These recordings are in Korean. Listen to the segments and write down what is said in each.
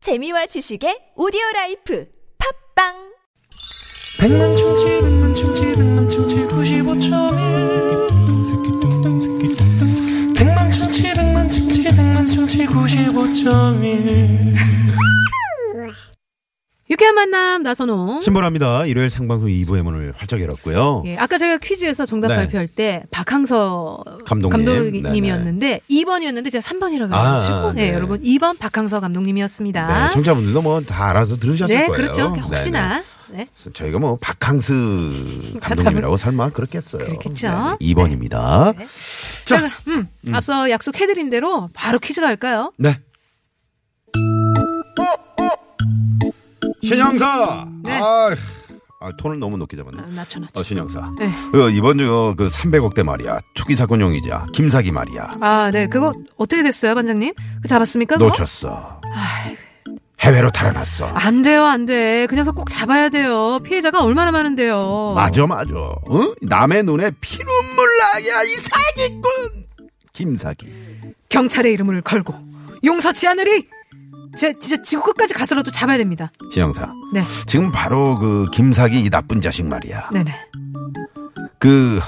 재미와 지식의 오디오 라이프 팝빵 백만 충치 백만 충치 백만 충치 구십오점일 백만 충치 백만 충치 백만 충치 구십오점일 유쾌한 만남 나선홍. 신보라입니다. 일요일 생방송 2부의 문을 활짝 열었고요. 예, 아까 제가 퀴즈에서 정답 네. 발표할 때 박항서 감독님. 이었는데 2번이었는데 제가 3번이라고 아, 해가지고 아, 네, 네. 여러분 2번 박항서 감독님이었습니다. 네, 청자분들도 뭐 다 알아서 들으셨을 네, 거예요. 그렇죠. 네, 네. 혹시나 네. 저희가 뭐 박항스 감독님이라고 설마 그렇겠어요. 네, 그렇겠죠. 네. 2번입니다. 네. 자, 그럼, 음, 앞서 약속해드린 대로 바로 퀴즈 갈까요? 네. 신영사. 네. 아, 아, 톤을 너무 높게 잡았네. 아, 낮춰 낮춰. 어, 신영사. 네. 어, 이번 주그 300억대 말이야. 투기 사건용이자 김사기 말이야. 아, 네, 그거 어떻게 됐어요, 반장님? 그 잡았습니까? 그거? 놓쳤어. 해외로 달아났어. 안 돼요, 안 돼. 그 녀석 꼭 잡아야 돼요. 피해자가 얼마나 많은데요. 맞아 맞아. 어? 남의 눈에 피눈물 나게 한 이 사기꾼 김사기. 경찰의 이름을 걸고 용서치 않으리. 제 진짜 지구 끝까지 가서라도 잡아야 됩니다. 신영사. 네, 지금 바로 그 김사기 이 나쁜 자식 말이야. 네네. 그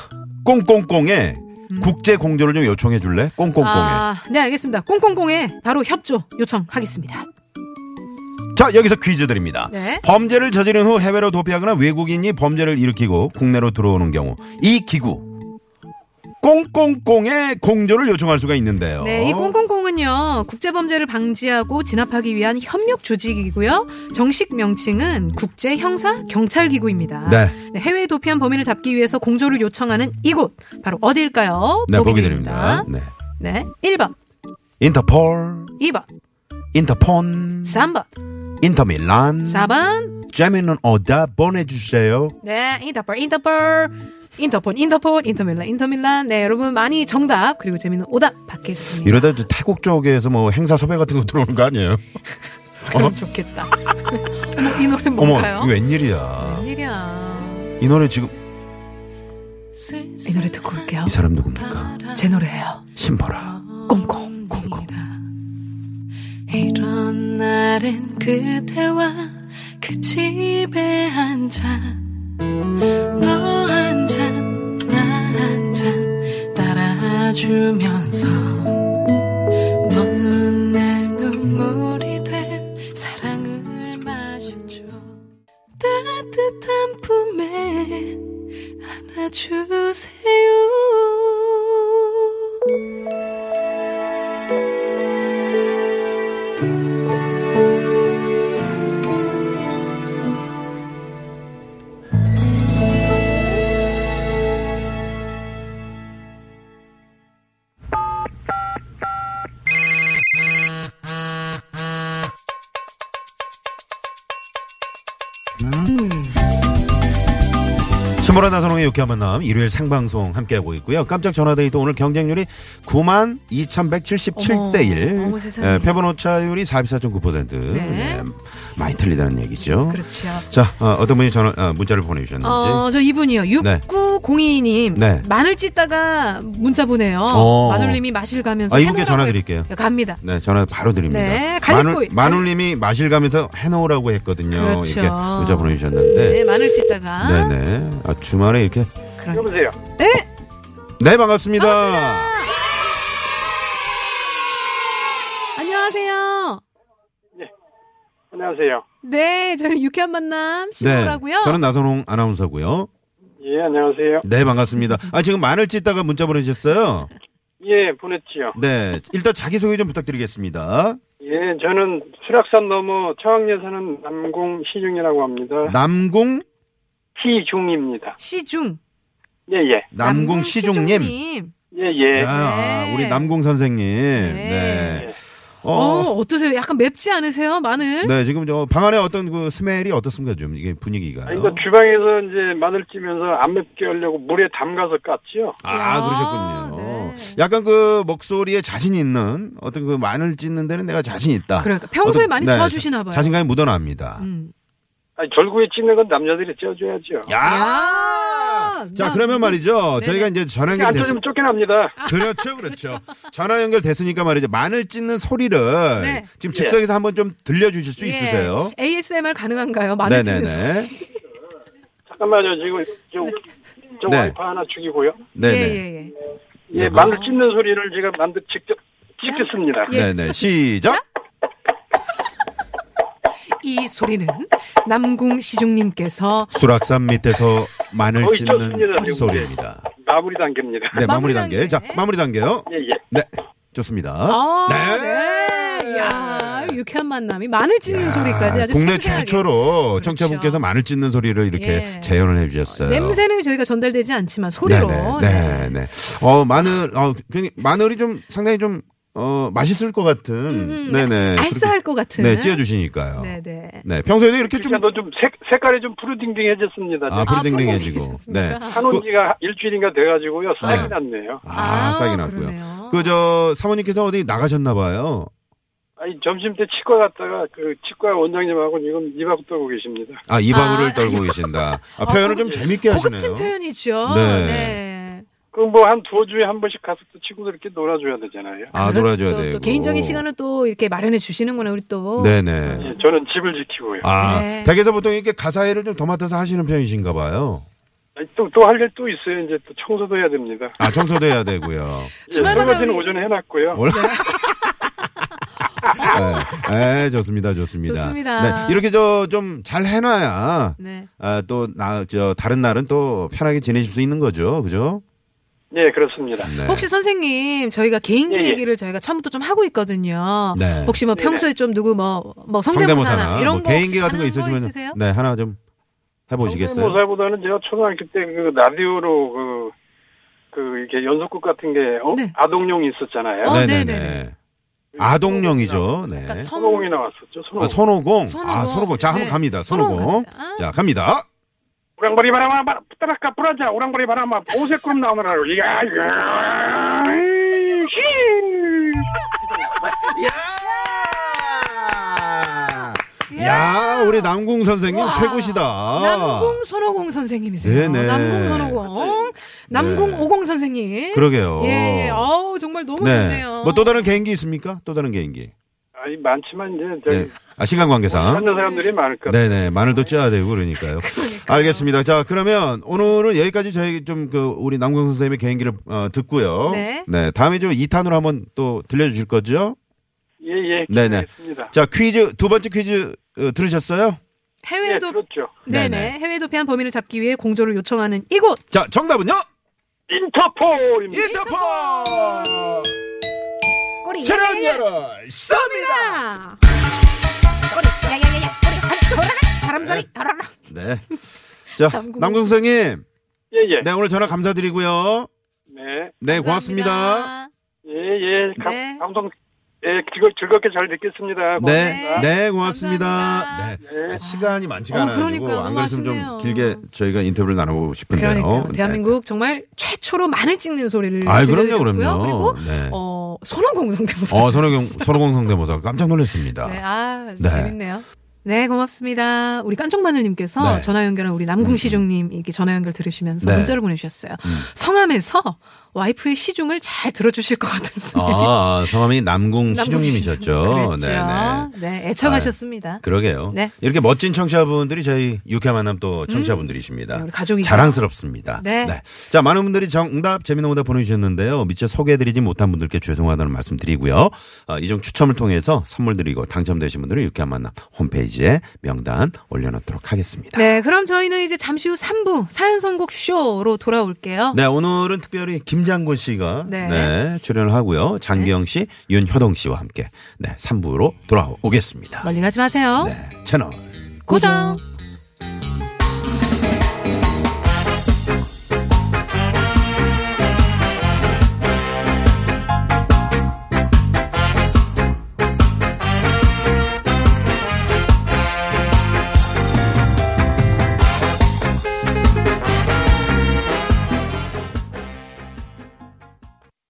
꽁꽁꽁에 국제 공조를 좀 요청해 줄래? 꽁꽁꽁에. 음. 아, 네, 알겠습니다. 꽁꽁꽁에 바로 협조 요청하겠습니다. 자 여기서 퀴즈 드립니다. 네. 범죄를 저지른 후 해외로 도피하거나 외국인이 범죄를 일으키고 국내로 들어오는 경우 이 기구 꽁꽁꽁에 공조를 요청할 수가 있는데요. 네, 이 꽁꽁꽁은요 국제 범죄를 방지하고 진압하기 위한 협력 조직이고요. 정식 명칭은 국제 형사 경찰 기구입니다. 네. 해외 도피한 범인을 잡기 위해서 공조를 요청하는 이곳 바로 어디일까요? 네, 보기 드립니다. 드립니다. 네. 네, 1번, 인터폴, 2번, 인터폰, 3번, 인터밀란, 4번, 재미있는 오답 어, 보내주세요. 네, 인터폴, 인터폴. 인터폰, 인터폰, 인터밀란, 인터밀란. 네, 여러분 많이 정답 그리고 재미있는 오답 받겠습니다. 이러다 이제 태국 쪽에서 뭐 행사 섭외 같은 거 들어오는 거 아니에요? 그럼 좋겠다. 어머, 이 노래 어머, 뭔가요? 이거 웬일이야. 웬일이야. 이 노래 지금 이 노래 듣고 올게요. 이 사람 누굽니까? 제 노래예요. 신보라. 꽁꽁. 이런 날엔 그대와 그 집에 앉아 너 한 잔 나 한 잔 따라주면서 먹는 날 눈물이 될 사랑을 마셨죠 따뜻한 품에 안아주세요 신보라 나선홍의 유쾌한 만남 일요일 생방송 함께하고 있고요. 깜짝 전화데이트 오늘 경쟁률이 9만 2,177대 예, 1. 어머, 세상에. 패번 오차율이 44.9%. 네. 많이 틀리다는 얘기죠. 그렇죠. 자, 어, 떤 분이 전화, 어, 문자를 보내주셨는지. 어, 저 이분이요. 6902님. 네. 마늘 찢다가 문자 보내요. 어. 마눌님이 마실 가면서. 아, 이분께 해놓으라고 전화 해- 드릴게요. 갑니다. 네, 전화 바로 드립니다. 네, 마눌, 갈릭보이. 마눌님이 마실 가면서 해놓으라고 했거든요. 그렇죠. 이렇게 네, 문자 보내주셨는데. 마늘 찢다가. 네, 네. 아, 주말에 이렇게. 그런- 여보세요. 네, 반갑습니다. 안녕하세요. 안녕하세요. 네, 저는 유쾌한 만남 신보라고요. 네. 저는 나선홍 아나운서고요 예, 안녕하세요. 네, 반갑습니다. 아, 지금 마늘 찢다가 문자 보내주셨어요? 예, 보냈지요. 네. 일단 자기소개 좀 부탁드리겠습니다. 예, 저는 수락산 너머 청학리에 사는 남궁 시중이라고 합니다. 남궁, 시중입니다. 시중. 예, 예. 남궁 시중님. 시중님. 예, 예. 아, 네. 우리 남궁 선생님. 네. 네. 어, 어, 어떠세요? 약간 맵지 않으세요? 마늘? 네, 지금 저 방 안에 어떤 그 스멜이 어떻습니까? 좀 이게 분위기가. 아, 이거 주방에서 이제 마늘 찌면서 안 맵게 하려고 물에 담가서 깠지요. 아, 야, 그러셨군요. 네. 약간 그 목소리에 자신 있는 어떤 그 마늘 찢는 데는 내가 자신 있다. 그러니까 평소에 어떤- 많이 네, 도와주시나 봐요. 자신감이 묻어납니다. 음. 아니, 절구에 찌는 건 남자들이 쪄줘야죠. 야! 아, 자, 나- 그러면 네네. 말이죠. 저희가 이제 전화 예, 안 연결 됐 쳐주면 쫓겨납니다. 그렇죠, 그렇죠. 전화 연결 됐으니까 말이죠. 마늘 찢는 소리를 네. 지금 예. 즉석에서 한번 좀 들려주실 수 예. 있으세요? ASMR 가능한가요? 많은 분들. 네네네. 잠깐만요. 지금 저, 저 네. 뭐- 와이프 하나 죽이고요. 예, 네네. 예, 예, 마늘 찢는 소리를 제가 만들 직접 찍겠습니다. 예. 네네. 시작. 예. 이 소리는 남궁 시중님께서 수락산 밑에서 마늘 거의 찢는 쳤습니다, 소리입니다. 마무리 단계입니다. 네, 마무리 마무리 단계. 단계. 자, 마무리 단계요. 예, 예. 네. 좋습니다. 아, 네. 야, 유쾌한 만남이 마늘 찢는 야, 소리까지 아주 국내 생생하게. 그렇죠. 최초로 청취자분께서 마늘 찢는 소리를 이렇게 예. 재현을 해주셨어요. 냄새는 저희가 전달되지 않지만 소리로. 네네. 네, 네. 어, 마늘, 어, 굉장히, 마늘이 좀 상당히 좀, 어, 맛있을 것 같은. 음, 네네. 알싸할 것 그렇게- 같은. 네, 찢어주시니까요. 네. 네네. 평소에도 이렇게 좀. 그러니까 좀 색, 색깔이 좀 푸르딩딩해졌습니다. 아, 푸르댕댕해지고. 네. 푸르댕댕해졌습니까? 한온 지가 일주일인가 돼가지고요. 싹이 네. 났네요. 아, 아, 싸게 났고요. 그러네요. 그, 저, 사모님께서 어디 나가셨나봐요. 아니, 점심 때 치과 갔다가 그 치과 원장님하고 지금 이박 떨고 계십니다. 아, 이 방울을 아, 떨고 계신다. 아, 표현을 좀 재밌게 고급진 하시네요. 표현이죠. 네. 네. 그럼 뭐 한 두 주에 한 번씩 가서 또 친구들끼리 놀아줘야 되잖아요. 아, 그런 놀아줘야 그렇죠. 또, 되고. 또 개인적인 시간을 또 이렇게 마련해 주시는구나, 우리 또. 네네. 예, 저는 집을 지키고요. 아, 네. 댁에서 보통 이렇게 가사일을 좀 더 맡아서 하시는 편이신가 봐요. 아니, 또, 또 할 일 또 있어요. 이제 또 청소도 해야 됩니다. 아, 청소도 해야 되고요. 예, 주말마다 설거지는 우리- 오전에 해놨고요. 원래. 네, 에, 좋습니다, 좋습니다. 좋습니다. 네, 이렇게 저 좀 잘 해놔야 네. 아, 또나 저 다른 날은 또 편하게 지내실 수 있는 거죠, 그죠? 예, 그렇습니다. 네. 혹시 선생님, 저희가 개인기 예, 예. 얘기를 저희가 처음부터 좀 하고 있거든요. 네. 혹시 뭐 평소에 좀 누구 뭐, 뭐 성대모사나, 이런 뭐 거 개인기 같은 거 있으시면 있으시면 있으세요? 네 하나 좀 해보시겠어요? 모사보다는 제가 초등학교 때 그 라디오로 그, 그 이렇게 연속극 같은 게 어? 네. 아동용이 있었잖아요. 어, 네네네. 네네네. 음, 아동용이죠. 네. 약간 그러니까 성- 손오공이 나왔었죠. 손오공. 아, 선호공. 아, 선호공. 선호공. 자, 한번 네. 갑니다. 선호공. 선호공 갑니다. 아. 자, 갑니다. 우랑버리 바람아 바- 따라까 뿌라자 우랑버리 바람아 오색구름 나오느라 이야 이야 야! 야, 우리 남궁 선생님 예. 와. 최고시다. 남궁 손오공 선생님이세요. 네네. 남궁 손오공, 남궁 네. 오공 선생님. 그러게요. 예, 예. 어우 정말 너무 네. 좋네요. 뭐 또 다른 개인기 있습니까? 또 다른 개인기. 아니 많지만 이제 저기 네. 아, 시간 관계상. 찾는 사람들이 많을 것 같아요. 네네 마늘도 쪄야 되고 그러니까요. 네, 알겠습니다. 자 그러면 오늘은 여기까지 저희 좀 그 우리 남궁 선생님의 개인기를 어, 듣고요. 네. 다음에 좀 2탄으로 한번 또 들려주실 거죠? 예예 네네. 기대하겠습니다. 자 퀴즈 두 번째 퀴즈 어, 들으셨어요? 예 해외도 그렇죠. 네네. 네네. 해외 도피한 범인을 잡기 위해 공조를 요청하는 이곳. 자 정답은요? 인터폴입니다. 인터폴 예, 꼬리. 예. 출연료를 쏩니다. 야. 꼬리. 야야야야. 꼬리. 돌아라. 바람소리. 돌아라. 네. 자 남궁 남궁 선생님, 예예 네 오늘 전화 감사드리고요. 네 네 고맙습니다. 예예 감- 네. 방송 예 즐거, 즐겁게 잘 듣겠습니다. 네. 네, 네 고맙습니다. 감사합니다. 네. 시간이 많지가 어, 않아가지고 그러니까요. 안 너무 그랬으면 좀 아쉽네요. 길게 저희가 인터뷰를 나누고 싶은데요. 그러니까 요 네. 대한민국 정말 최초로 마늘 찍는 소리를 아이, 그럼요, 들려드렸고요. 그럼요. 그리고 네. 어 손오공 성대모사. 어, 선호경, 선호공 성대모사 깜짝 놀랐습니다. 네, 아, 네. 재밌네요. 네, 고맙습니다. 우리 깐총마늘님께서 네. 전화 연결한 우리 남궁시중님 이렇게 전화 연결 들으시면서 네. 문자를 보내주셨어요. 성함에서 와이프의 시중을 잘 들어주실 것 같은 소리. 아, 아, 성함이 남궁 시중님이셨죠. 그렇죠. 네, 아, 네. 네, 애청하셨습니다. 그러게요. 네. 이렇게 멋진 청취자분들이 저희 육회 만남 또 청취자분들이십니다. 네, 우리 가족이죠. 자랑스럽습니다. 네. 자, 많은 분들이 정답, 재미난 오답 보내주셨는데요. 미처 소개해드리지 못한 분들께 죄송하다는 말씀 드리고요. 어, 이중 추첨을 통해서 선물 드리고 당첨되신 분들은 육회 만남 홈페이지에 명단 올려놓도록 하겠습니다. 네, 그럼 저희는 이제 잠시 후 3부 사연 선곡 쇼로 돌아올게요. 네, 오늘은 특별히 김장군 씨가 네. 네. 출연을 하고요. 장기영 씨, 윤효동 씨와 함께 네, 3부로 돌아오겠습니다. 멀리 가지 마세요. 네, 채널 고정.